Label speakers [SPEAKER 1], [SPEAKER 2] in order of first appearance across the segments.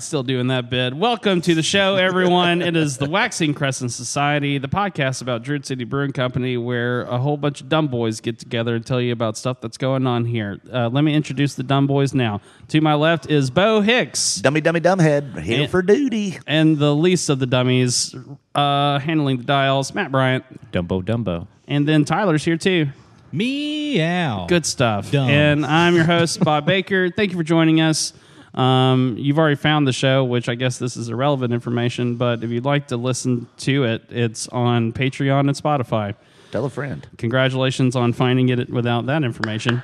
[SPEAKER 1] still doing that bid. Welcome to the show, everyone. it is the Waxing Crescent Society, the podcast about Druid City Brewing Company, where a whole bunch of dumb boys get together and tell you about stuff that's going on here. Uh, let me introduce the dumb boys now. To my left is Bo Hicks,
[SPEAKER 2] Dummy, dummy, dumbhead, here
[SPEAKER 1] And-
[SPEAKER 2] for duty.
[SPEAKER 1] and the least of the dummies uh, handling the dials, Matt Bryant,
[SPEAKER 3] Dumbo Dumbo.
[SPEAKER 1] and then Tyler's here too.
[SPEAKER 3] Meow.
[SPEAKER 1] Good stuff.
[SPEAKER 3] Dumb.
[SPEAKER 1] And I'm your host, Bob Baker. Thank you for joining us. Um, you've already found the show, which I guess this is irrelevant information, but if you'd like to listen to it, it's on Patreon and Spotify.
[SPEAKER 2] Tell a friend.
[SPEAKER 1] Congratulations on finding it without that information.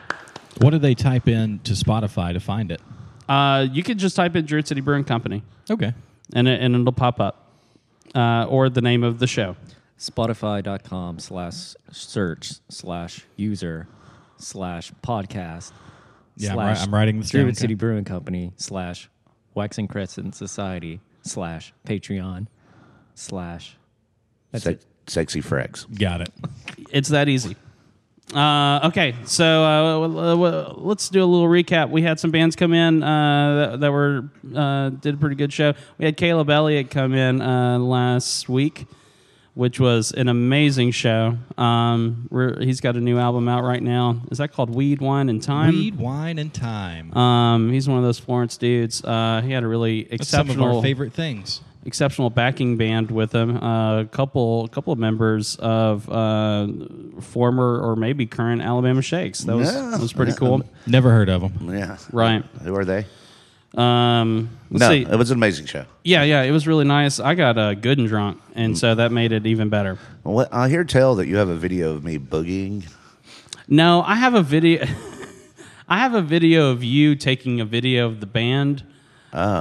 [SPEAKER 4] What do they type in to Spotify to find it?
[SPEAKER 1] Uh, you could just type in Druid City Brewing Company
[SPEAKER 4] Okay.
[SPEAKER 1] and, it, and it'll pop up, uh, or the name of the show.
[SPEAKER 3] Spotify.com slash search slash user slash podcast
[SPEAKER 4] Yeah, I'm
[SPEAKER 3] slash
[SPEAKER 4] wri- I'm writing this down,
[SPEAKER 3] Druid
[SPEAKER 4] okay.
[SPEAKER 3] City Brewing Company slash Waxing Crescent Society slash Patreon slash. That's
[SPEAKER 2] Se-
[SPEAKER 3] it.
[SPEAKER 2] sexy Frex.
[SPEAKER 4] Got it.
[SPEAKER 1] It's that easy. Uh, okay, so uh, w- w- let's do a little recap. We had some bands come in uh, that, that were uh, did a pretty good show. We had Caleb Elliott come in uh, last week, which was an amazing show. Um, we're, he's got a new album out right now. Is that called Weed, Wine, and Time?
[SPEAKER 4] Weed, wine, and time.
[SPEAKER 1] Um, he's one of those Florence dudes. Uh, he had a really
[SPEAKER 4] That's
[SPEAKER 1] exceptional
[SPEAKER 4] some of our favorite things.
[SPEAKER 1] exceptional backing band with him. Uh, A couple, couple of members of uh, former or maybe current Alabama Shakes. That was
[SPEAKER 2] Yeah.
[SPEAKER 1] that was pretty cool,
[SPEAKER 4] Never heard of them.
[SPEAKER 2] Yeah.
[SPEAKER 1] right?
[SPEAKER 2] Who are they?
[SPEAKER 1] Um, let's
[SPEAKER 2] no,
[SPEAKER 1] see.
[SPEAKER 2] it was an amazing show.
[SPEAKER 1] Yeah, yeah, it was really nice. I got uh, good and drunk, and so that made it even better.
[SPEAKER 2] Well, what- I hear tell that you have a video of me boogieing.
[SPEAKER 1] No, I have a video. I have a video of you taking a video of the band.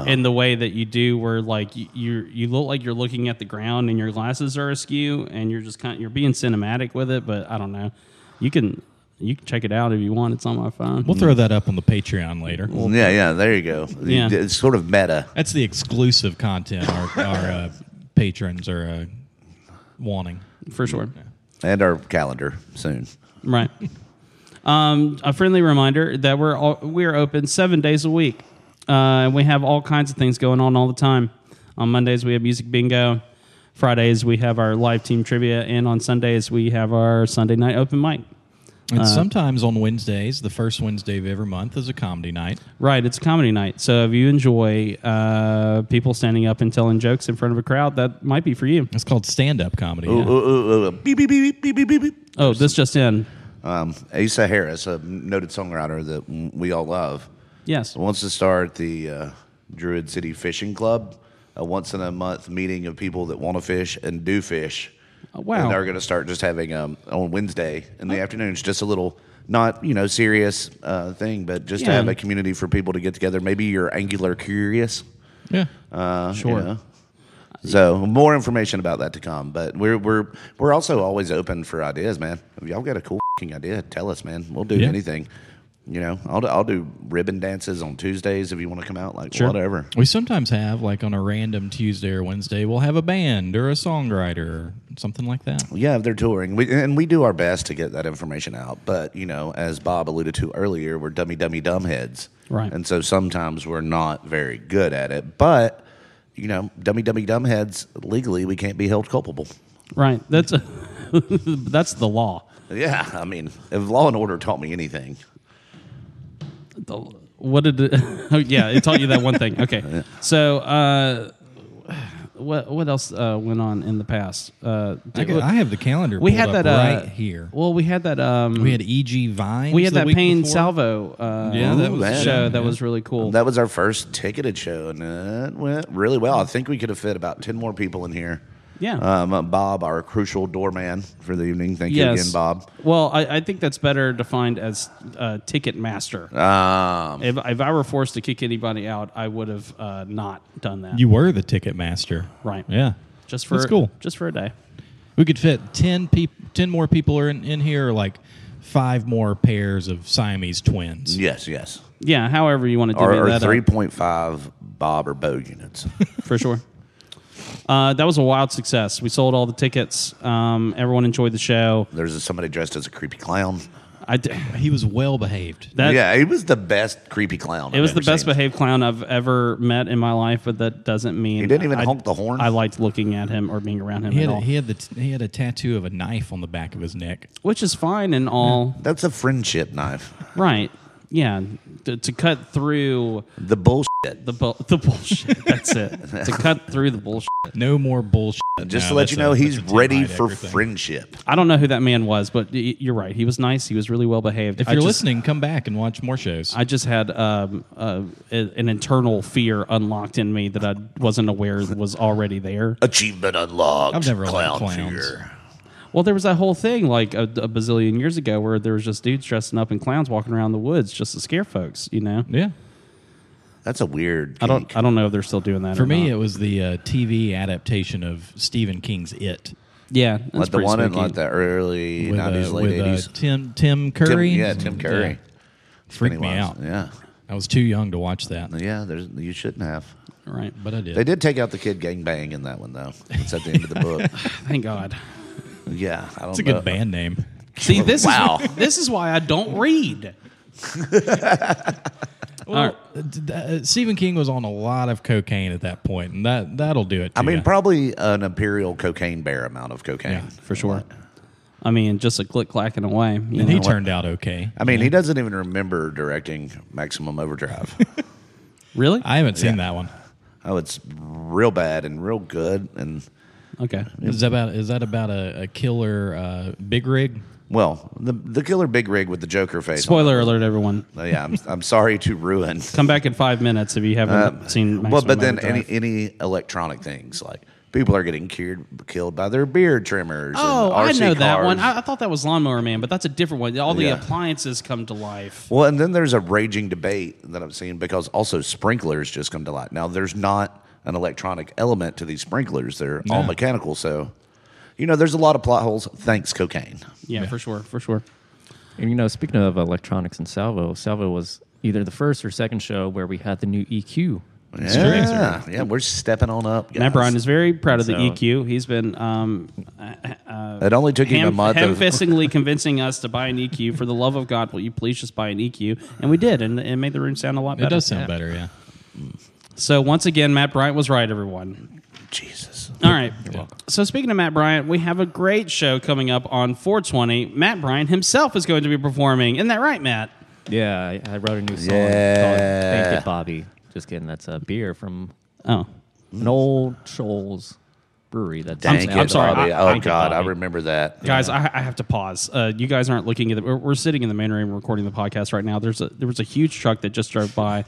[SPEAKER 1] In the way that you do, where like you you you look like you're looking at the ground and your glasses are askew, and you're just kind of, you're being cinematic with it. But I don't know. You can you can check it out if you want. It's on my phone.
[SPEAKER 4] We'll throw that up on the Patreon later.
[SPEAKER 2] yeah, yeah, there you go.
[SPEAKER 1] Yeah.
[SPEAKER 2] It's sort of meta.
[SPEAKER 4] That's the exclusive content our, our uh, patrons are uh, wanting.
[SPEAKER 1] for sure.
[SPEAKER 2] And our calendar soon.
[SPEAKER 1] Right. Um, a friendly reminder that we're all, we're open seven days a week. Uh, and we have all kinds of things going on all the time. On Mondays we have music bingo. Fridays we have our live team trivia, and on Sundays we have our Sunday night open mic.
[SPEAKER 4] And sometimes on Wednesdays, the first Wednesday of every month is a comedy night.
[SPEAKER 1] Right, it's a comedy night. So if you enjoy uh, people standing up and telling jokes in front of a crowd, that might be for you.
[SPEAKER 4] It's called stand up comedy.
[SPEAKER 2] Ooh, ooh, ooh, ooh, beep, beep, beep, beep, beep, beep, beep.
[SPEAKER 1] Oh, this just in.
[SPEAKER 2] Um, Asa Harris, a noted songwriter that we all love,
[SPEAKER 1] Yes.
[SPEAKER 2] wants to start the uh, Druid City Fishing Club, a once in a month meeting of people that want to fish and do fish.
[SPEAKER 1] Oh, wow.
[SPEAKER 2] And they're going to start just having um, on Wednesday in the afternoons, just a little, not you know serious uh, thing, but just to
[SPEAKER 1] Yeah.
[SPEAKER 2] have a community for people to get together. Maybe you're angular curious.
[SPEAKER 4] Yeah.
[SPEAKER 2] Uh, you
[SPEAKER 1] Sure.
[SPEAKER 2] know. So more information about that to come, but we're we're we're also always open for ideas, man. If y'all got a cool fing idea, tell us, man. We'll do
[SPEAKER 4] Yeah.
[SPEAKER 2] anything. You know, I'll do, I'll do ribbon dances on Tuesdays if you want to come out, like whatever.
[SPEAKER 4] We sometimes have, like on a random Tuesday or Wednesday, we'll have a band or a songwriter or something like that.
[SPEAKER 2] Yeah, if they're touring, we, and we do our best to get that information out. But you know, as Bob alluded to earlier, we're dummy, dummy, dumb heads,
[SPEAKER 1] Right.
[SPEAKER 2] And so sometimes we're not very good at it. But you know, dummy, dummy, dumb heads legally, we can't be held culpable.
[SPEAKER 1] Right. That's that's the law.
[SPEAKER 2] Yeah, I mean, if Law and Order taught me anything,
[SPEAKER 1] The- what did it, oh yeah it taught you that one thing okay so uh what what else uh went on in the past uh
[SPEAKER 4] I, got- I have the calendar.
[SPEAKER 1] we
[SPEAKER 4] pulled
[SPEAKER 1] had that
[SPEAKER 4] up
[SPEAKER 1] uh,
[SPEAKER 4] right here.
[SPEAKER 1] well we had that um
[SPEAKER 4] We had E E.G. Vine.
[SPEAKER 1] we had that Payne Salvo uh
[SPEAKER 4] Yeah, that was
[SPEAKER 2] man.
[SPEAKER 1] show that was really cool
[SPEAKER 2] that was our first ticketed show, and it went really well. I think we could have fit about ten more people in here.
[SPEAKER 1] Yeah.
[SPEAKER 2] um, uh, Bob, our crucial doorman for the evening. Thank you again, Bob.
[SPEAKER 1] well I, I think that's better defined as uh ticket master
[SPEAKER 2] Um,
[SPEAKER 1] if, if I were forced to kick anybody out I would have uh not done that
[SPEAKER 4] You were the ticket master,
[SPEAKER 1] Right.
[SPEAKER 4] Yeah,
[SPEAKER 1] just for
[SPEAKER 4] that's cool.
[SPEAKER 1] just for a day
[SPEAKER 4] We could fit ten people, ten more people are in, in here, or like five more pairs of Siamese twins.
[SPEAKER 2] yes, yes,
[SPEAKER 1] yeah however you want to do
[SPEAKER 2] or,
[SPEAKER 1] that
[SPEAKER 2] or
[SPEAKER 1] up.
[SPEAKER 2] three point five Bob or Bo units.
[SPEAKER 1] for sure. Uh, that was a wild success. We sold all the tickets. Um, everyone enjoyed the show.
[SPEAKER 2] There's somebody dressed as a creepy clown.
[SPEAKER 1] I d-
[SPEAKER 4] He was well behaved.
[SPEAKER 1] that
[SPEAKER 2] yeah, he was the best creepy clown.
[SPEAKER 1] it was the best behaved clown I've ever met in my life, but that doesn't mean
[SPEAKER 2] He didn't even
[SPEAKER 1] I-
[SPEAKER 2] honk the horn.
[SPEAKER 1] I liked looking at him or being around him
[SPEAKER 4] He had,
[SPEAKER 1] at all,
[SPEAKER 4] a, he had the t- he had a tattoo of a knife on the back of his neck.
[SPEAKER 1] which is fine and all.
[SPEAKER 2] That's a friendship knife.
[SPEAKER 1] Right? Yeah, to, to cut through
[SPEAKER 2] The bullshit.
[SPEAKER 1] the bu- the bullshit. That's it. to cut through the bullshit.
[SPEAKER 4] No more bullshit.
[SPEAKER 2] Just
[SPEAKER 4] No,
[SPEAKER 2] to let
[SPEAKER 4] that's
[SPEAKER 2] you
[SPEAKER 4] a-
[SPEAKER 2] know,
[SPEAKER 4] that's
[SPEAKER 2] he's
[SPEAKER 4] a Tim
[SPEAKER 2] ready
[SPEAKER 4] Hyde
[SPEAKER 2] for
[SPEAKER 4] everything.
[SPEAKER 2] friendship.
[SPEAKER 1] I don't know who that man was, but y- you're right. He was nice. He was really well behaved.
[SPEAKER 4] If
[SPEAKER 1] I
[SPEAKER 4] you're
[SPEAKER 1] just-
[SPEAKER 4] listening, come back and watch more shows.
[SPEAKER 1] I just had um, uh, a- an internal fear unlocked in me that I wasn't aware was already there.
[SPEAKER 2] Achievement unlocked.
[SPEAKER 4] I've never liked
[SPEAKER 2] clown
[SPEAKER 4] clowns.
[SPEAKER 2] figure.
[SPEAKER 1] Well, there was that whole thing like a, a bazillion years ago where there was just dudes dressing up in clowns walking around the woods just to scare folks. You know,
[SPEAKER 4] yeah.
[SPEAKER 2] That's a weird.
[SPEAKER 1] I don't.
[SPEAKER 2] kink.
[SPEAKER 1] I don't know if they're still doing that
[SPEAKER 4] For
[SPEAKER 1] or
[SPEAKER 4] me,
[SPEAKER 1] not.
[SPEAKER 2] Uh-huh.
[SPEAKER 4] it was the uh, TV adaptation of Stephen King's It
[SPEAKER 1] yeah, that's
[SPEAKER 2] Like the
[SPEAKER 1] pretty
[SPEAKER 2] one in
[SPEAKER 1] spooky.
[SPEAKER 2] like the early
[SPEAKER 4] with, uh,
[SPEAKER 2] nineties, late
[SPEAKER 4] with, uh,
[SPEAKER 2] eighties.
[SPEAKER 4] Tim Tim Curry.
[SPEAKER 2] yeah, Tim Curry.
[SPEAKER 4] Freaked me out.
[SPEAKER 2] Yeah,
[SPEAKER 4] I was too young to watch that,
[SPEAKER 2] yeah. There's you shouldn't have.
[SPEAKER 1] right.
[SPEAKER 4] but I did.
[SPEAKER 2] They did take out the kid gangbang in that one though. It's at the end of the book.
[SPEAKER 1] Thank God.
[SPEAKER 2] Yeah, I don't
[SPEAKER 4] It's a
[SPEAKER 2] know.
[SPEAKER 4] good band name.
[SPEAKER 1] See, this
[SPEAKER 2] Wow.
[SPEAKER 1] is this is why I don't read. All right.
[SPEAKER 4] Uh, d- d- uh, Stephen King was on a lot of cocaine at that point, and that that'll do it.
[SPEAKER 2] I
[SPEAKER 4] to
[SPEAKER 2] mean,
[SPEAKER 4] ya.
[SPEAKER 2] probably an imperial cocaine bear amount of cocaine
[SPEAKER 4] Yeah,
[SPEAKER 1] for sure. I mean, just a click clacking away. you
[SPEAKER 4] and he
[SPEAKER 1] know.
[SPEAKER 4] turned out okay.
[SPEAKER 2] I mean, he doesn't even remember directing Maximum Overdrive.
[SPEAKER 1] really?
[SPEAKER 4] I haven't seen that one.
[SPEAKER 2] oh, it's real bad and real good, and
[SPEAKER 1] okay.
[SPEAKER 4] Is that about is that about a, a killer uh, big rig?
[SPEAKER 2] well, the the killer big rig with the Joker face. on
[SPEAKER 1] Spoiler alert, everyone.
[SPEAKER 2] it. Uh, Yeah, I'm I'm sorry to ruin.
[SPEAKER 1] Come back in five minutes if you haven't seen.
[SPEAKER 2] Uh, Well, but
[SPEAKER 1] Maximum
[SPEAKER 2] then any
[SPEAKER 1] Overdrive.
[SPEAKER 2] any electronic things like people are getting cured, killed by their beard trimmers.
[SPEAKER 1] Oh,
[SPEAKER 2] and
[SPEAKER 1] I
[SPEAKER 2] RC
[SPEAKER 1] know that
[SPEAKER 2] cars.
[SPEAKER 1] one. I, I thought that was Lawnmower Man, but that's a different one. All the
[SPEAKER 2] Yeah.
[SPEAKER 1] appliances come to life.
[SPEAKER 2] Well, and then there's a raging debate that I'm seeing because also sprinklers just come to light. Now, there's not an electronic element to these sprinklers, they're all
[SPEAKER 4] No.
[SPEAKER 2] mechanical. So, you know, there's a lot of plot holes. Thanks, cocaine.
[SPEAKER 1] Yeah, for sure, for sure.
[SPEAKER 3] And you know, speaking of electronics and Salvo, Salvo was either the first or second show where we had the new E EQ.
[SPEAKER 2] Yeah, yeah, we're stepping on up.
[SPEAKER 1] Matt
[SPEAKER 2] guys.
[SPEAKER 1] Bryan is very proud of the
[SPEAKER 3] So-
[SPEAKER 1] EQ. He's been um,
[SPEAKER 2] It only took him a
[SPEAKER 1] ham,
[SPEAKER 2] month. of-
[SPEAKER 1] ham-fistingly convincing us to buy an EQ. For the love of God, will you please just buy an EQ? And we did, and it made the room sound a lot better.
[SPEAKER 4] It does sound better, yeah.
[SPEAKER 1] So once again, Matt Bryant was right, everyone.
[SPEAKER 2] Oh, Jesus.
[SPEAKER 1] All right. So speaking of Matt Bryant, we have a great show coming up on 420. Matt Bryant himself is going to be performing. Isn't that right, Matt?
[SPEAKER 3] Yeah, I, I wrote a new song called
[SPEAKER 2] Yeah.
[SPEAKER 3] Thank You, Bobby. Just kidding. That's a beer from
[SPEAKER 1] Oh,
[SPEAKER 3] an old Shoals brewery. That's
[SPEAKER 2] Thank you,
[SPEAKER 1] I'm sorry,
[SPEAKER 2] Bobby.
[SPEAKER 1] I-
[SPEAKER 2] oh,
[SPEAKER 1] thank you,
[SPEAKER 2] God, I
[SPEAKER 1] Bobby.
[SPEAKER 2] remember that.
[SPEAKER 1] guys, I, I have to pause. Uh, you guys aren't looking at the. We're, we're sitting in the main room recording the podcast right now. There's a there was a huge truck that just drove by,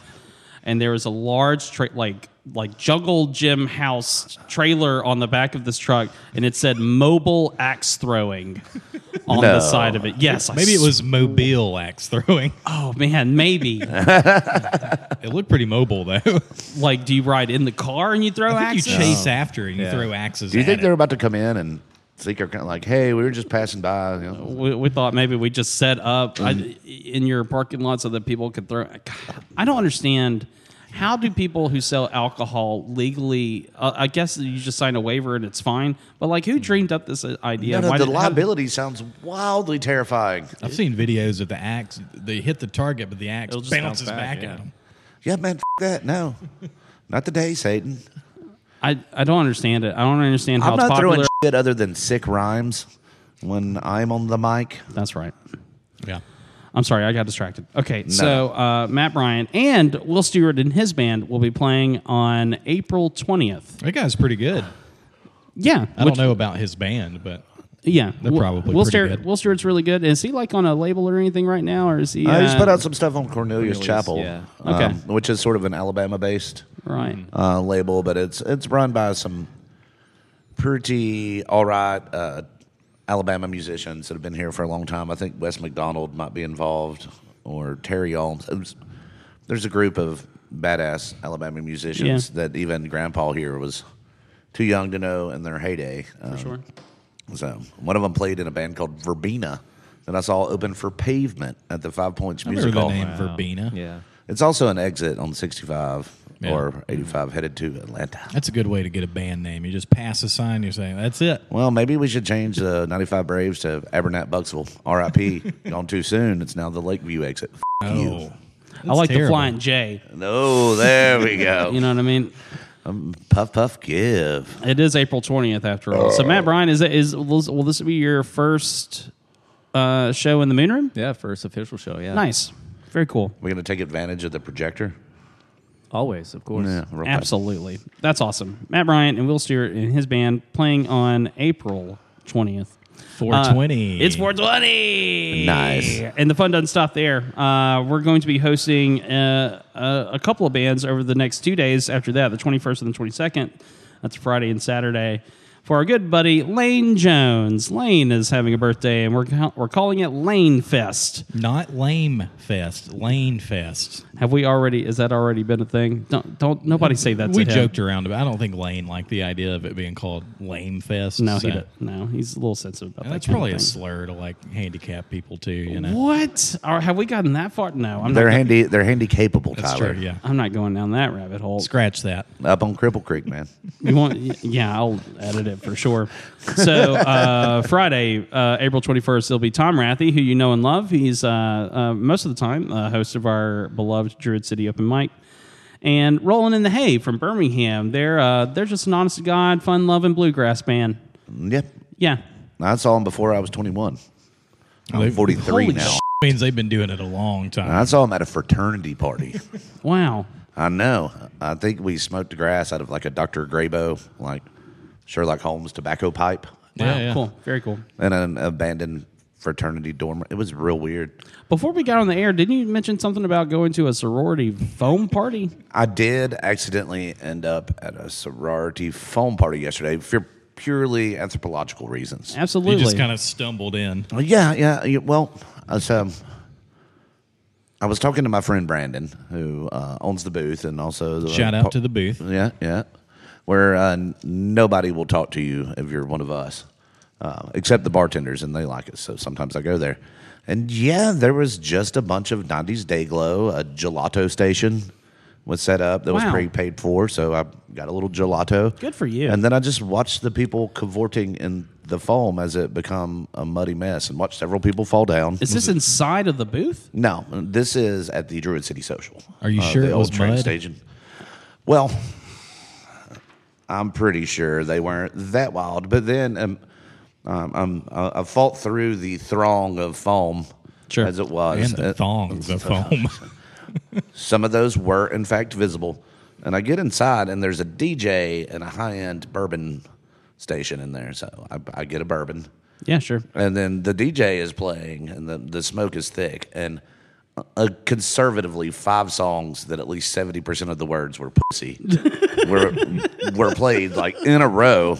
[SPEAKER 1] and there was a large tra- like like jungle gym house trailer on the back of this truck, and it said mobile axe throwing on
[SPEAKER 2] No.
[SPEAKER 1] the side of it. Yes, I
[SPEAKER 4] Maybe it
[SPEAKER 1] s-
[SPEAKER 4] was mobile axe throwing.
[SPEAKER 1] Oh man, maybe.
[SPEAKER 4] It looked pretty mobile though. I think
[SPEAKER 1] like, do you ride in the car and you throw
[SPEAKER 4] you
[SPEAKER 1] axes?
[SPEAKER 4] chase after it and you
[SPEAKER 3] Yeah.
[SPEAKER 4] throw axes.
[SPEAKER 2] Do you
[SPEAKER 4] at
[SPEAKER 2] think
[SPEAKER 4] it.
[SPEAKER 2] they're about to come in and think are kind of like, hey, we were just passing by? You know?
[SPEAKER 1] we, we thought maybe we just set up I- in your parking lot so that people could throw. God, I don't understand. How do people who sell alcohol legally? Uh, I guess you just sign a waiver and it's fine. But like, who dreamed up this uh, idea?
[SPEAKER 2] No, no,
[SPEAKER 1] Why
[SPEAKER 2] the
[SPEAKER 1] did- how-
[SPEAKER 2] liability sounds wildly terrifying.
[SPEAKER 4] I've seen videos of the axe. They hit the target, but the axe
[SPEAKER 3] It'll just
[SPEAKER 4] bounces
[SPEAKER 3] bounce
[SPEAKER 4] back,
[SPEAKER 3] back,
[SPEAKER 4] at
[SPEAKER 3] yeah.
[SPEAKER 4] them.
[SPEAKER 2] Yeah, man, f- that. No. Not today, Satan.
[SPEAKER 1] I, I don't understand it. I don't understand how
[SPEAKER 2] I'm
[SPEAKER 1] it's
[SPEAKER 2] not
[SPEAKER 1] popular.
[SPEAKER 2] throwing shit other than sick rhymes when I'm on the mic.
[SPEAKER 1] That's right.
[SPEAKER 4] Yeah.
[SPEAKER 1] I'm sorry, I got distracted. Okay, so uh, Matt Bryant and Will Stewart and his band will be playing on April 20th.
[SPEAKER 4] That guy's pretty good.
[SPEAKER 1] Yeah,
[SPEAKER 4] I
[SPEAKER 1] which-
[SPEAKER 4] don't know about his band, but
[SPEAKER 1] Yeah,
[SPEAKER 4] They're
[SPEAKER 1] Will-
[SPEAKER 4] probably
[SPEAKER 1] Will
[SPEAKER 4] pretty
[SPEAKER 1] Stewart.
[SPEAKER 4] good.
[SPEAKER 1] Will Stewart's really good. Is he like on a label or anything right now, or is he?
[SPEAKER 2] I just
[SPEAKER 1] uh,
[SPEAKER 2] put out some stuff on Cornelius,
[SPEAKER 3] Cornelius,
[SPEAKER 2] Chapel,
[SPEAKER 3] yeah.
[SPEAKER 1] Okay.
[SPEAKER 2] um, which is sort of an Alabama-based
[SPEAKER 1] right.
[SPEAKER 4] Hmm.
[SPEAKER 2] uh, label, but it's it's run by some pretty all right uh, Alabama musicians that have been here for a long time. I think Wes McDonald might be involved, or Terry Olms. It was- There's a group of badass Alabama musicians that even Grandpa here was too young to know in their heyday. Um,
[SPEAKER 1] Sure.
[SPEAKER 2] So one of them played in a band called Verbena that I saw open for Pavement at the Five Points
[SPEAKER 4] I remember
[SPEAKER 2] Music Hall.
[SPEAKER 4] the name Verbena.
[SPEAKER 3] Yeah.
[SPEAKER 2] It's also an exit on 65
[SPEAKER 4] Yeah.
[SPEAKER 2] or 85 headed to Atlanta.
[SPEAKER 4] That's a good way to get a band name. You just pass a sign. You're saying that's it.
[SPEAKER 2] Well, maybe we should change the 95 Braves to Abernat Bucksville. RIP. Gone too soon. It's now the Lakeview exit. F- you.
[SPEAKER 4] Oh,
[SPEAKER 1] I like the
[SPEAKER 4] terrible.
[SPEAKER 1] flying J.
[SPEAKER 2] No, there we go.
[SPEAKER 1] You know what I mean?
[SPEAKER 2] puff, puff, give.
[SPEAKER 1] It is April twentieth after all. So Matt Bryan is is will will this be your first uh, show in the Moon Room?
[SPEAKER 3] Yeah, first official show. Yeah,
[SPEAKER 1] Nice, very cool.
[SPEAKER 2] We're going to take advantage of the projector.
[SPEAKER 3] Always, of course.
[SPEAKER 2] Yeah, real fast.
[SPEAKER 1] Absolutely, that's awesome. Matt Bryan and Will Stewart and his band playing on April twentieth.
[SPEAKER 4] 420.
[SPEAKER 1] Uh, it's 420.
[SPEAKER 2] Nice.
[SPEAKER 1] And the fun doesn't stop there. Uh, we're going to be hosting uh, a, a couple of bands over the next two days after that, the 21st and the 22nd. That's Friday and Saturday. For our good buddy Lane Jones. Lane is having a birthday, and we're, ca- we're calling it Lane Fest.
[SPEAKER 4] not lame fest. Lane fest.
[SPEAKER 1] Have we already, has that already been a thing? Don't, don't nobody say that to
[SPEAKER 4] we
[SPEAKER 1] him.
[SPEAKER 4] joked around about. I don't think Lane liked the idea of it being called lame fest.
[SPEAKER 1] No,
[SPEAKER 4] so-
[SPEAKER 1] he, don't- no, he's a little sensitive about
[SPEAKER 4] And
[SPEAKER 1] that.
[SPEAKER 4] that's
[SPEAKER 1] kind of
[SPEAKER 4] probably a
[SPEAKER 1] thing.
[SPEAKER 4] slur to like handicap people too. You know.
[SPEAKER 1] What? Or have we gotten that far? No, I'm
[SPEAKER 2] They're
[SPEAKER 1] not.
[SPEAKER 2] handy. They're handy capable,
[SPEAKER 4] That's
[SPEAKER 2] Tyler.
[SPEAKER 4] true. Yeah.
[SPEAKER 1] I'm not going down that rabbit hole.
[SPEAKER 4] Scratch that.
[SPEAKER 2] Up on Cripple Creek, man.
[SPEAKER 1] You want? y- Yeah, I'll edit it for sure. So uh, Friday, uh, April twenty first, it'll be Tom Rathy, who you know and love. He's uh, uh, most of the time uh, host of our beloved Druid City Open Mic, and Rolling in the Hay from Birmingham. They're uh, they're just an honest to god, fun loving bluegrass band.
[SPEAKER 2] Yep.
[SPEAKER 1] Yeah,
[SPEAKER 2] I saw him before I was 21. I'm
[SPEAKER 4] They-
[SPEAKER 2] 43
[SPEAKER 1] holy
[SPEAKER 2] now.
[SPEAKER 1] sh-
[SPEAKER 4] Means they've been doing it a long time.
[SPEAKER 2] I saw him at a fraternity party.
[SPEAKER 1] wow.
[SPEAKER 2] I know. I think we smoked the grass out of like a Dr. Grabo, like Sherlock Holmes tobacco pipe
[SPEAKER 1] Wow,
[SPEAKER 4] Yeah, yeah.
[SPEAKER 1] cool, very cool.
[SPEAKER 2] in an abandoned fraternity dorm. It was real weird.
[SPEAKER 1] Before we got on the air, didn't you mention something about going to a sorority foam party?
[SPEAKER 2] I did accidentally end up at a sorority foam party yesterday for purely anthropological reasons.
[SPEAKER 1] Absolutely.
[SPEAKER 4] you just kind of stumbled in.
[SPEAKER 2] Well, Yeah, yeah. yeah, Well, I was, um, I was talking to my friend Brandon, who uh, owns the booth and also the
[SPEAKER 4] Shout out to the booth.
[SPEAKER 2] yeah, yeah, where uh, n- nobody will talk to you if you're one of us, uh, except the bartenders, and they like it. So sometimes I go there, and yeah, there was just a bunch of '90s day glow. A gelato station was set up that
[SPEAKER 1] Wow.
[SPEAKER 2] was prepaid for, so I got a little gelato.
[SPEAKER 1] Good for you.
[SPEAKER 2] And then I just watched the people cavorting in the foam as it become a muddy mess, and watched several people fall down.
[SPEAKER 1] Is this inside of the booth?
[SPEAKER 2] No, this is at the Druid City Social. Uh,
[SPEAKER 4] Are you sure
[SPEAKER 2] the
[SPEAKER 4] it
[SPEAKER 2] old
[SPEAKER 4] was
[SPEAKER 2] train
[SPEAKER 4] mud?
[SPEAKER 2] station? Well, I'm pretty sure they weren't that wild. But then um, um, um, I I fought through the throng of foam
[SPEAKER 1] Sure.
[SPEAKER 2] as it was.
[SPEAKER 4] And the
[SPEAKER 2] Uh,
[SPEAKER 4] thongs of foam.
[SPEAKER 2] Some of those were, in fact, visible. And I get inside, and there's a DJ and a high end bourbon station in there. So I, I get a bourbon.
[SPEAKER 1] Yeah, sure.
[SPEAKER 2] And then the DJ is playing, and the, the smoke is thick. And uh, uh, conservatively, five songs that at least 70% of the words were pussy were, were played like in a row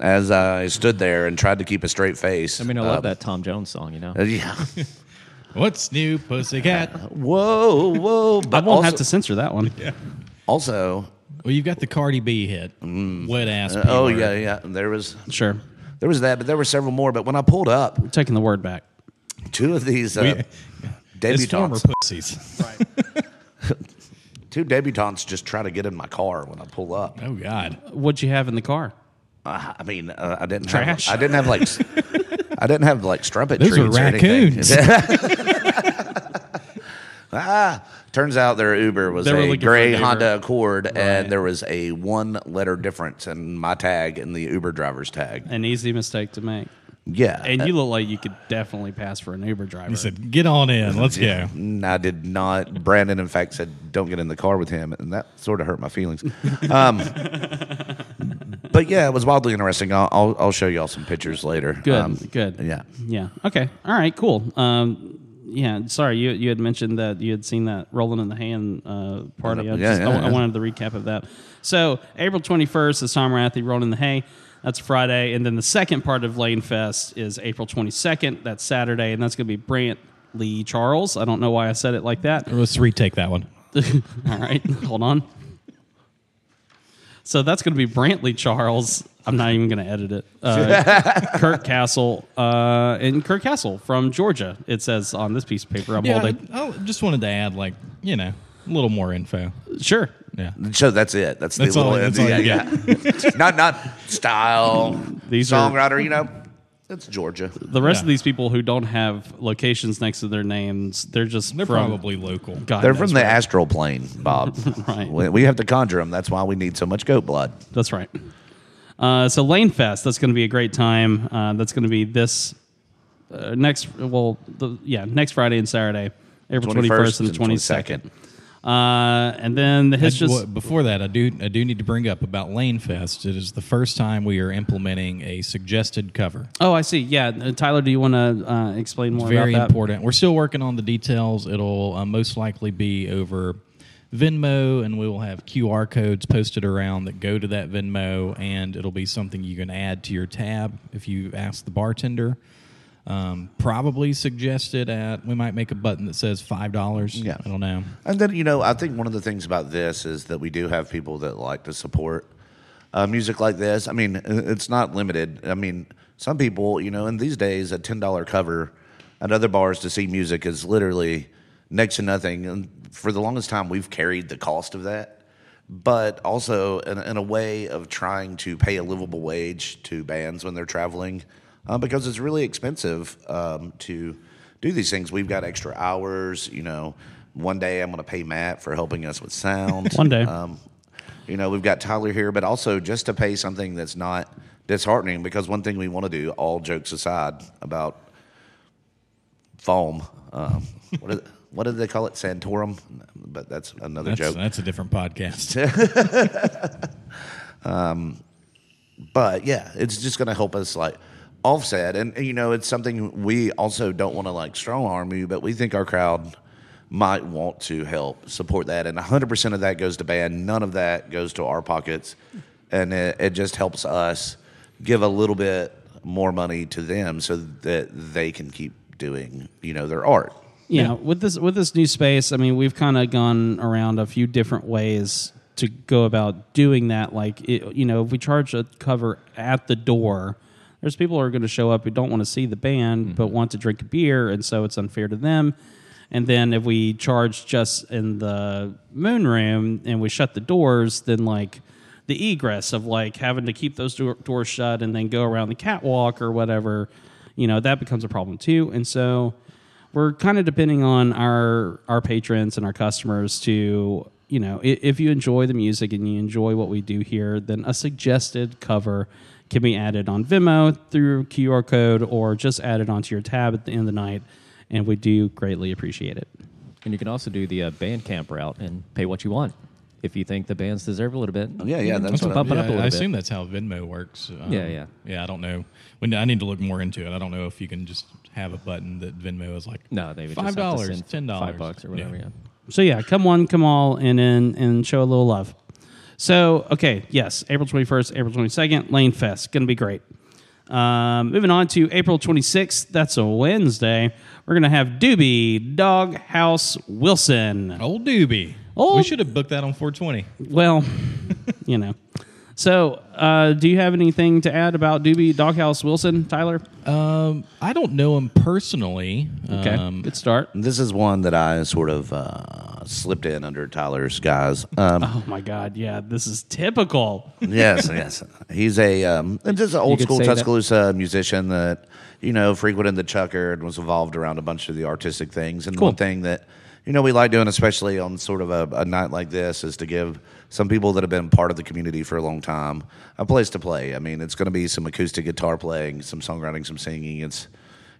[SPEAKER 2] as I stood there and tried to keep a straight face. Um, uh,
[SPEAKER 3] I mean, I love that Tom Jones song. You know,
[SPEAKER 2] Yeah.
[SPEAKER 4] What's new, pussycat?
[SPEAKER 2] Whoa, whoa. But
[SPEAKER 1] I won't have
[SPEAKER 2] also-
[SPEAKER 1] to censor that one.
[SPEAKER 2] Also,
[SPEAKER 4] Well, you've got the Cardi B hit. Wet ass. P
[SPEAKER 2] oh,
[SPEAKER 4] word.
[SPEAKER 2] yeah, yeah. There was.
[SPEAKER 1] Sure.
[SPEAKER 2] There was that, but there were several more. But when I pulled up,
[SPEAKER 1] taking the word back.
[SPEAKER 2] two of these uh,
[SPEAKER 4] It's former
[SPEAKER 2] debutantes,
[SPEAKER 4] pussies.
[SPEAKER 2] two debutantes just try to get in my car when I pull up.
[SPEAKER 4] Oh God.
[SPEAKER 1] What'd you have in the car?
[SPEAKER 2] Uh, I mean, uh, I didn't
[SPEAKER 1] Trash.
[SPEAKER 2] Have, I didn't have like, s- I didn't have like strumpet
[SPEAKER 4] Those are
[SPEAKER 2] treats or anything.
[SPEAKER 4] raccoons.
[SPEAKER 2] ah, turns out their Uber was
[SPEAKER 1] They were
[SPEAKER 2] a
[SPEAKER 1] looking for
[SPEAKER 2] gray
[SPEAKER 1] an Uber.
[SPEAKER 2] Honda Accord, and there was a one letter difference in my tag and the Uber driver's tag.
[SPEAKER 1] An easy mistake to make.
[SPEAKER 2] Yeah,
[SPEAKER 1] And you look like you could definitely pass for an Uber driver.
[SPEAKER 4] He said, "Get on in. Let's go."
[SPEAKER 2] Mm, I did not. Brandon, in fact, said, "Don't get in the car with him," and that sort of hurt my feelings. Um, but yeah, it was wildly interesting. I'll, I'll, I'll show y'all some pictures later.
[SPEAKER 1] good,
[SPEAKER 2] Um,
[SPEAKER 1] good.
[SPEAKER 2] Yeah.
[SPEAKER 1] Yeah. Okay. All right, cool. Um, yeah, sorry, you you had mentioned that you had seen that rolling in the hand uh, party. I,
[SPEAKER 2] Yeah,
[SPEAKER 1] just, I
[SPEAKER 2] yeah,
[SPEAKER 1] wa- I
[SPEAKER 2] yeah.
[SPEAKER 1] wanted the recap of that. So April twenty first is Tom Rathy rolling in the hay. That's Friday, and then the second part of Lane Fest is April twenty second. That's Saturday, and that's going to be Brant Lee Charles. I don't know why I said it like that.
[SPEAKER 4] Let's retake that one.
[SPEAKER 1] All right, hold on. So that's going to be Brantley Charles. I'm not even going to edit it. Uh, Kirk Castle uh, and Kirk Castle from Georgia. It says on this piece of paper I'm
[SPEAKER 4] Yeah,
[SPEAKER 1] holding.
[SPEAKER 4] I, I just wanted to add, like, you know, a little more info.
[SPEAKER 1] Sure,
[SPEAKER 4] Yeah.
[SPEAKER 2] So that's it. That's,
[SPEAKER 4] That's
[SPEAKER 2] the
[SPEAKER 4] all-
[SPEAKER 2] little,
[SPEAKER 4] that's all
[SPEAKER 2] yeah,
[SPEAKER 4] you
[SPEAKER 2] yeah. not not style,
[SPEAKER 1] These are-
[SPEAKER 2] songwriter. You know, it's Georgia.
[SPEAKER 1] The rest
[SPEAKER 4] Yeah.
[SPEAKER 1] of these people who don't have locations next to their names, they're just
[SPEAKER 4] They're
[SPEAKER 1] from,
[SPEAKER 4] probably local.
[SPEAKER 1] God
[SPEAKER 2] They're
[SPEAKER 1] knows
[SPEAKER 2] from the astral plane, Bob.
[SPEAKER 1] Right.
[SPEAKER 2] We, we have to conjure them. That's why we need so much goat blood.
[SPEAKER 1] That's right. Uh, so Lane Fest, that's going to be a great time. Uh, that's going to be this uh, next, well, the, yeah, next Friday and Saturday, April 21st, and 22nd. Uh, and then the
[SPEAKER 4] I-
[SPEAKER 1] history.
[SPEAKER 4] well, before that, I do I do need to bring up about Lane Fest. It is the first time we are implementing a suggested cover.
[SPEAKER 1] Oh, I see. Yeah, uh, Tyler, do you want to uh, explain more
[SPEAKER 4] Very
[SPEAKER 1] about that?
[SPEAKER 4] important. We're still working on the details. It'll uh, most likely be over Venmo, and we will have QR codes posted around that go to that Venmo, and it'll be something you can add to your tab if you ask the bartender. Um, probably suggested at we might make a button that says five dollars.
[SPEAKER 2] Yeah.
[SPEAKER 4] I don't know.
[SPEAKER 2] And then you know, I think one of the things about this is that we do have people that like to support uh, music like this. I mean, i- it's not limited. I mean, some people, you know, in these days, a ten dollar cover at other bars to see music is literally next to nothing. And for the longest time, we've carried the cost of that, but also in, in a way of trying to pay a livable wage to bands when they're traveling, uh, because it's really expensive um, to do these things. We've got extra hours, you know. One day I'm going to pay Matt for helping us with sound.
[SPEAKER 1] One day.
[SPEAKER 2] Um, you know, we've got Tyler here, but also just to pay something that's not disheartening because one thing we want to do, all jokes aside, about foam. Um, what, is, what did they call it? Santorum? But that's another
[SPEAKER 4] That's,
[SPEAKER 2] joke.
[SPEAKER 4] that's a different podcast.
[SPEAKER 2] but yeah, it's just going to help us like offset. And, and, you know, it's something we also don't want to like strong arm you, but we think our crowd might want to help support that. And 100% of that goes to band, none of that goes to our pockets. And it, it just helps us give a little bit more money to them so that they can keep doing, you know, their art.
[SPEAKER 1] yeah, with this with this new space i mean we've kind of gone around a few different ways to go about doing that like it, you know if we charge a cover at the door there's people who are going to show up who don't want to see the band but want to drink a beer and so it's unfair to them and then if we charge just in the moon room and we shut the doors then like the egress of like having to keep those door- doors shut and then go around the catwalk or whatever you know that becomes a problem too and so we're kind of depending on our our patrons and our customers to you know i- if you enjoy the music and you enjoy what we do here then a suggested cover can be added on Vimeo through QR code or just added onto your tab at the end of the night and we do greatly appreciate it.
[SPEAKER 3] And you can also do the uh, band camp route and pay what you want if you think the bands deserve a little bit.
[SPEAKER 2] Oh, Yeah, yeah, that's
[SPEAKER 3] Let's
[SPEAKER 2] what I-
[SPEAKER 3] bump it
[SPEAKER 4] Yeah,
[SPEAKER 3] up a little
[SPEAKER 4] I
[SPEAKER 3] bit.
[SPEAKER 4] assume that's how Venmo works. Um,
[SPEAKER 3] Yeah, yeah.
[SPEAKER 4] yeah. I don't know. When I need to look more into it. I don't know if you can just have a button that Venmo is like.
[SPEAKER 3] no, they would
[SPEAKER 4] five
[SPEAKER 3] just have to
[SPEAKER 4] dollars,
[SPEAKER 3] send
[SPEAKER 4] ten dollars,
[SPEAKER 3] five bucks or whatever. Yeah.
[SPEAKER 1] So yeah, come one, come all, and and, and show a little love. So okay, yes, April twenty first, April twenty second, Lane Fest, gonna be great. Um, moving on to April twenty sixth, that's a Wednesday. We're gonna have Doobie Doghouse Wilson.
[SPEAKER 4] Old Doobie. we
[SPEAKER 1] Old-
[SPEAKER 4] should have booked that on 420.
[SPEAKER 1] Well, you know. So, uh, do you have anything to add about Doobie Doghouse Wilson, Tyler?
[SPEAKER 4] Um, I don't know him personally.
[SPEAKER 1] Okay,
[SPEAKER 4] Um,
[SPEAKER 1] good start.
[SPEAKER 2] This is one that I sort of uh, slipped in under Tyler's guise. Um,
[SPEAKER 1] Oh my God, yeah, this is typical.
[SPEAKER 2] yes, yes. He's a um, and just an old
[SPEAKER 3] could
[SPEAKER 2] school
[SPEAKER 3] say that-
[SPEAKER 2] Tuscaloosa musician that you know frequented the Chucker and was involved around a bunch of the artistic things. And one thing that you know we like doing, especially on sort of a, a night like this, is to give some people that have been part of the community for a long time a place to play. I mean, it's going to be some acoustic guitar playing, some songwriting, some singing. It's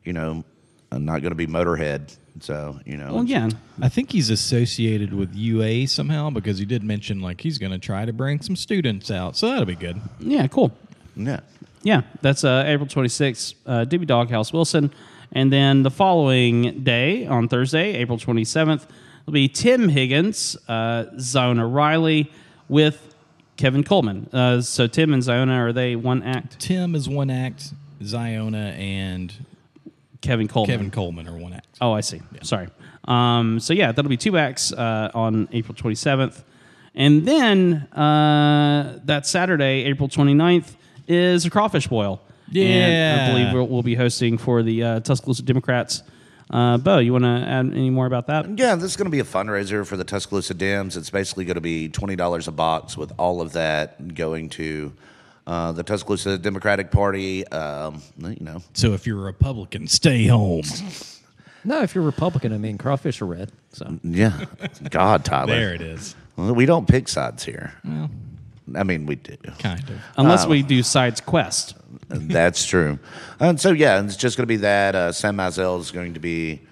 [SPEAKER 2] you know not going to be Motorhead, so you know.
[SPEAKER 1] Well, yeah,
[SPEAKER 4] I think he's associated with UA somehow because he did mention like he's going to try to bring some students out, so that'll be good.
[SPEAKER 1] yeah, cool.
[SPEAKER 2] yeah.
[SPEAKER 1] Yeah, that's uh, April 26th, uh, Doobie Doghouse Wilson. And then the following day, on Thursday, April 27th, will be Tim Higgins, uh, Ziona Riley with Kevin Coleman. Uh, so Tim and Ziona, are they one act?
[SPEAKER 4] Tim is one act, Ziona and
[SPEAKER 1] Kevin Coleman.
[SPEAKER 4] Kevin Coleman are one act.
[SPEAKER 1] Oh, I see. Sorry. Um, so yeah, that'll be two acts uh, on April 27th. And then uh, that Saturday, April 29th, is a crawfish boil. And
[SPEAKER 4] Yeah.
[SPEAKER 1] I believe we'll, we'll be hosting for the uh, Tuscaloosa Democrats. Uh, Bo, you want to add any more about that?
[SPEAKER 2] Yeah, this is going to be a fundraiser for the Tuscaloosa Dams. It's basically going to be twenty dollars a box, with all of that going to uh, the Tuscaloosa Democratic Party. Um, you know,
[SPEAKER 4] So if you're a Republican, stay home.
[SPEAKER 3] No, if you're Republican, I mean, crawfish are red. So
[SPEAKER 2] yeah, God, Tyler,
[SPEAKER 4] There it is.
[SPEAKER 2] Well, we don't pick sides here. I mean, we do.
[SPEAKER 4] Kind of.
[SPEAKER 1] Unless we do sides quest.
[SPEAKER 2] That's true. And so yeah, it's just going to be that. Uh, Sam Mizell is going to be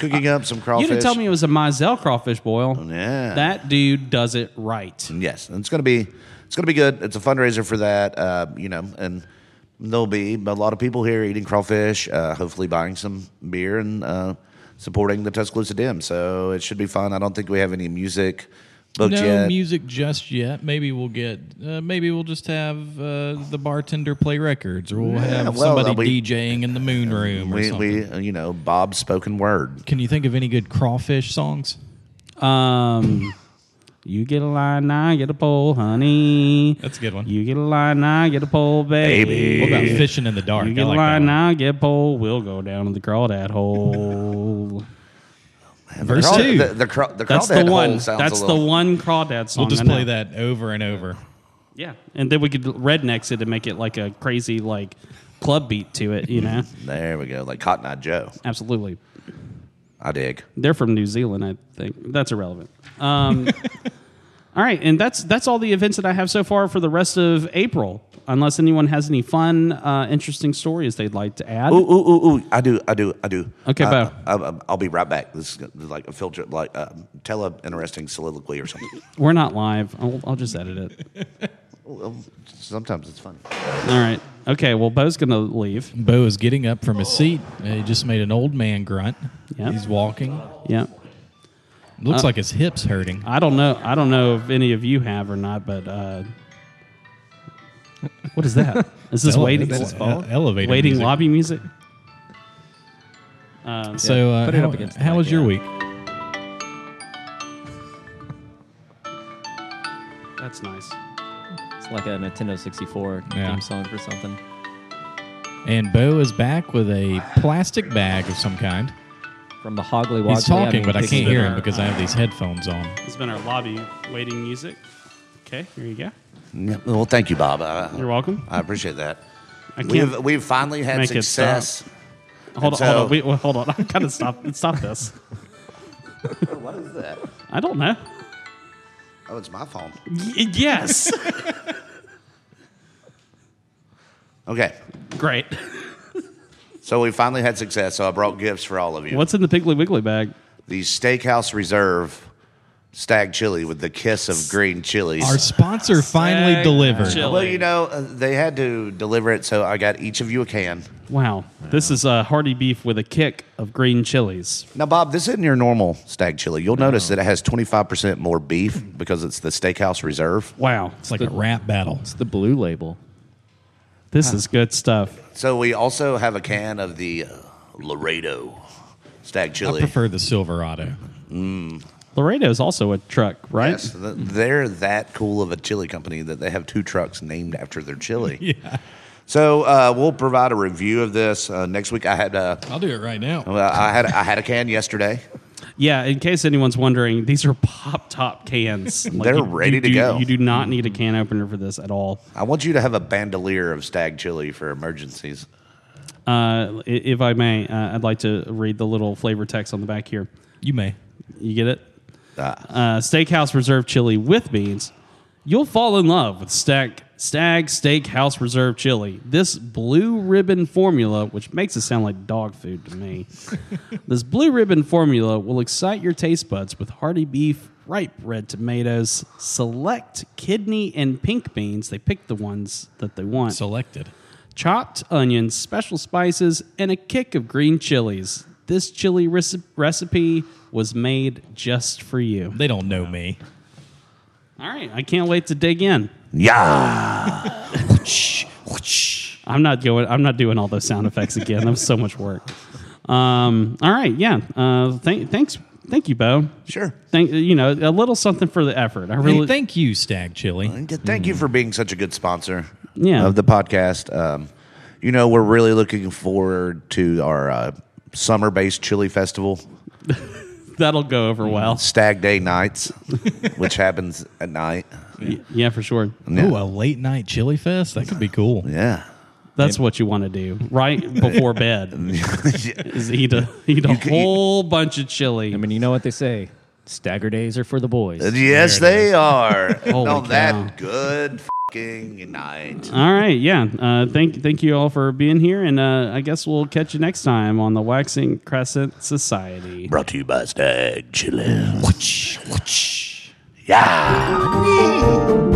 [SPEAKER 2] cooking up some crawfish. Oh,
[SPEAKER 1] You didn't tell me it was a Mizell crawfish boil.
[SPEAKER 2] Yeah.
[SPEAKER 1] That dude does it right.
[SPEAKER 2] Yes, and it's going to be it's going to be good. It's a fundraiser for that, uh, you know, and there'll be a lot of people here eating crawfish, uh, hopefully buying some beer and uh, supporting the Tuscaloosa Dim. So it should be fun. I don't think we have any music booked
[SPEAKER 4] no
[SPEAKER 2] yet.
[SPEAKER 4] music just yet. Maybe we'll get. Uh, maybe we'll just have uh, the bartender play records, or we'll
[SPEAKER 2] Yeah,
[SPEAKER 4] have
[SPEAKER 2] well, that'll
[SPEAKER 4] somebody
[SPEAKER 2] be-
[SPEAKER 4] DJing in the moon room. Or
[SPEAKER 2] we,
[SPEAKER 4] something.
[SPEAKER 2] we, uh, you know, Bob's spoken word.
[SPEAKER 4] Can you think of any good crawfish songs?
[SPEAKER 1] Um, you get a line, I get a pole, honey.
[SPEAKER 4] That's a good one.
[SPEAKER 1] You get a line, I get a pole, baby.
[SPEAKER 4] What about fishing in the dark?
[SPEAKER 1] You
[SPEAKER 4] I
[SPEAKER 1] get a
[SPEAKER 4] like
[SPEAKER 1] line,
[SPEAKER 4] that
[SPEAKER 1] I get a pole. We'll go down to the crawdad hole.
[SPEAKER 2] And
[SPEAKER 4] Verse
[SPEAKER 2] the craw-
[SPEAKER 4] two.
[SPEAKER 2] The, the, craw- the
[SPEAKER 1] That's
[SPEAKER 2] crawdad
[SPEAKER 1] the
[SPEAKER 2] hole
[SPEAKER 1] one.
[SPEAKER 2] sounds
[SPEAKER 1] That's
[SPEAKER 2] a
[SPEAKER 1] the
[SPEAKER 2] little,
[SPEAKER 1] one crawdad song.
[SPEAKER 4] We'll just
[SPEAKER 1] I know.
[SPEAKER 4] play that over and over.
[SPEAKER 1] Yeah, and then we could rednex it and make it like a crazy like club beat to it. You know,
[SPEAKER 2] There we go, like Cotton Eye Joe.
[SPEAKER 1] absolutely.
[SPEAKER 2] I dig.
[SPEAKER 1] They're from New Zealand, I think. That's irrelevant. Um, all right, and that's that's all the events that I have so far for the rest of April. Unless anyone has any fun, uh, interesting stories they'd like to add.
[SPEAKER 2] Ooh, ooh, ooh, ooh! I do, I do, I do.
[SPEAKER 1] Okay,
[SPEAKER 2] I,
[SPEAKER 1] Bo.
[SPEAKER 2] I, I, I'll be right back. This is like a filter, like uh, tell a interesting soliloquy or something.
[SPEAKER 1] We're not live. I'll, I'll just edit it.
[SPEAKER 2] Well, sometimes it's funny.
[SPEAKER 1] All right. Okay. Well, Bo's gonna leave.
[SPEAKER 4] Bo is getting up from his seat. Uh, He just made an old man grunt.
[SPEAKER 1] Yeah.
[SPEAKER 4] He's walking.
[SPEAKER 1] Yeah.
[SPEAKER 4] Looks like his hips hurting.
[SPEAKER 1] I don't know. I don't know if any of you have or not, but uh, what is that? Is this
[SPEAKER 4] Ele-
[SPEAKER 1] waiting?
[SPEAKER 4] that's
[SPEAKER 1] Is
[SPEAKER 4] his
[SPEAKER 1] this
[SPEAKER 4] phone? elevator
[SPEAKER 1] Waiting
[SPEAKER 4] music.
[SPEAKER 1] lobby music.
[SPEAKER 4] So uh,
[SPEAKER 3] Put it
[SPEAKER 4] how,
[SPEAKER 3] up against the
[SPEAKER 4] how
[SPEAKER 3] mic,
[SPEAKER 4] was your
[SPEAKER 3] yeah.
[SPEAKER 4] week?
[SPEAKER 1] That's nice.
[SPEAKER 3] it's like a Nintendo 64
[SPEAKER 4] Yeah.
[SPEAKER 3] theme song for something.
[SPEAKER 4] And Bo is back with a plastic bag of some kind.
[SPEAKER 3] From the Hoggly Woggly.
[SPEAKER 4] He's talking, but I can't hear him
[SPEAKER 1] our-
[SPEAKER 4] because I have these headphones on.
[SPEAKER 1] It's been our lobby waiting music. Okay, here you go.
[SPEAKER 2] Yeah, Well, thank you, Bob. Uh,
[SPEAKER 1] You're welcome.
[SPEAKER 2] I appreciate that.
[SPEAKER 1] I can't
[SPEAKER 2] We've we've finally had
[SPEAKER 1] make it
[SPEAKER 2] success.
[SPEAKER 4] Uh,
[SPEAKER 1] hold on.
[SPEAKER 2] so-
[SPEAKER 1] hold on. Wait, wait, hold on. I gotta stop. Stop this.
[SPEAKER 2] What is that?
[SPEAKER 1] I don't know.
[SPEAKER 2] Oh, it's my phone.
[SPEAKER 1] Y- yes.
[SPEAKER 2] Okay,
[SPEAKER 1] Great.
[SPEAKER 2] so we finally had success. So I brought gifts for all of you.
[SPEAKER 1] What's in the Piggly Wiggly bag?
[SPEAKER 2] the Steakhouse Reserve Stag Chili with the kiss of green chilies?
[SPEAKER 4] Our sponsor finally
[SPEAKER 1] Stag
[SPEAKER 4] delivered.
[SPEAKER 1] chili.
[SPEAKER 2] well, you know uh, they had to deliver it, so I got each of you a can.
[SPEAKER 1] Wow. This is a hearty beef with a kick of green chilies.
[SPEAKER 2] Now, Bob, this isn't your normal stag chili. You'll notice that it has twenty five percent more beef because it's the Steakhouse Reserve.
[SPEAKER 1] Wow.
[SPEAKER 4] It's like a rap battle.
[SPEAKER 3] It's the blue label.
[SPEAKER 1] This is good stuff.
[SPEAKER 2] So we also have a can of the uh, Laredo Stag
[SPEAKER 4] I
[SPEAKER 2] Chili.
[SPEAKER 4] prefer the Silverado.
[SPEAKER 1] Laredo is also a truck, right?
[SPEAKER 2] Yes, th- they're that cool of a chili company that they have two trucks named after their chili.
[SPEAKER 4] Yeah,
[SPEAKER 2] So uh, we'll provide a review of this uh, next week. I had uh,
[SPEAKER 4] I'll do it right now.
[SPEAKER 2] well, I had I had a can yesterday.
[SPEAKER 1] Yeah. In case anyone's wondering, these are pop top cans. Like,
[SPEAKER 2] They're ready to
[SPEAKER 1] do-
[SPEAKER 2] go.
[SPEAKER 1] You do not need a can opener for this at all.
[SPEAKER 2] I want you to have a bandolier of stag chili for emergencies.
[SPEAKER 1] Uh, i- if I may, uh, I'd like to read the little flavor text on the back here.
[SPEAKER 4] You may.
[SPEAKER 1] You get it?
[SPEAKER 2] Ah,
[SPEAKER 1] Uh, steakhouse Reserve Chili with beans. You'll fall in love with Stag, Stag Steakhouse Reserve Chili. This blue ribbon formula, which makes it sound like dog food to me, this blue ribbon formula will excite your taste buds with hearty beef, ripe red tomatoes, select kidney and pink beans. They pick the ones that they want
[SPEAKER 4] Selected.
[SPEAKER 1] chopped onions, special spices, and a kick of green chilies. This chili reci- recipe was made just for you.
[SPEAKER 4] They don't know me.
[SPEAKER 1] All right, I can't wait to dig in.
[SPEAKER 2] yeah.
[SPEAKER 1] I'm not going. I'm not doing all those sound effects again. That was so much work. Um, all right, yeah. Uh, thank, thanks, thank you, Bo.
[SPEAKER 2] Sure.
[SPEAKER 1] Thank you know a little something for the effort. I
[SPEAKER 4] Hey,
[SPEAKER 1] really
[SPEAKER 4] thank you, Stag Chili.
[SPEAKER 2] Thank you for being such a good sponsor
[SPEAKER 1] Yeah.
[SPEAKER 2] of the podcast. Um, you know, we're really looking forward to our uh, summer based chili festival,
[SPEAKER 1] That'll go over well.
[SPEAKER 2] stag day nights, which happens at night.
[SPEAKER 1] Y- Yeah, for sure.
[SPEAKER 2] Yeah.
[SPEAKER 4] Ooh, a late night chili fest. That could be cool.
[SPEAKER 2] Yeah.
[SPEAKER 1] That's what you want to do right before bed. Is eat a eat a
[SPEAKER 2] eat-
[SPEAKER 1] whole bunch of chili.
[SPEAKER 3] I mean, you know what they say: stagger days are for the boys.
[SPEAKER 2] Yes, they are.
[SPEAKER 1] Holy
[SPEAKER 2] On
[SPEAKER 1] cow.
[SPEAKER 2] that good fucking night.
[SPEAKER 1] All right, yeah. Uh, thank thank you all for being here, and uh, I guess we'll catch you next time on the Waxing Crescent Society.
[SPEAKER 2] Brought to you by Stag Chili. Watch, watch. Yeah.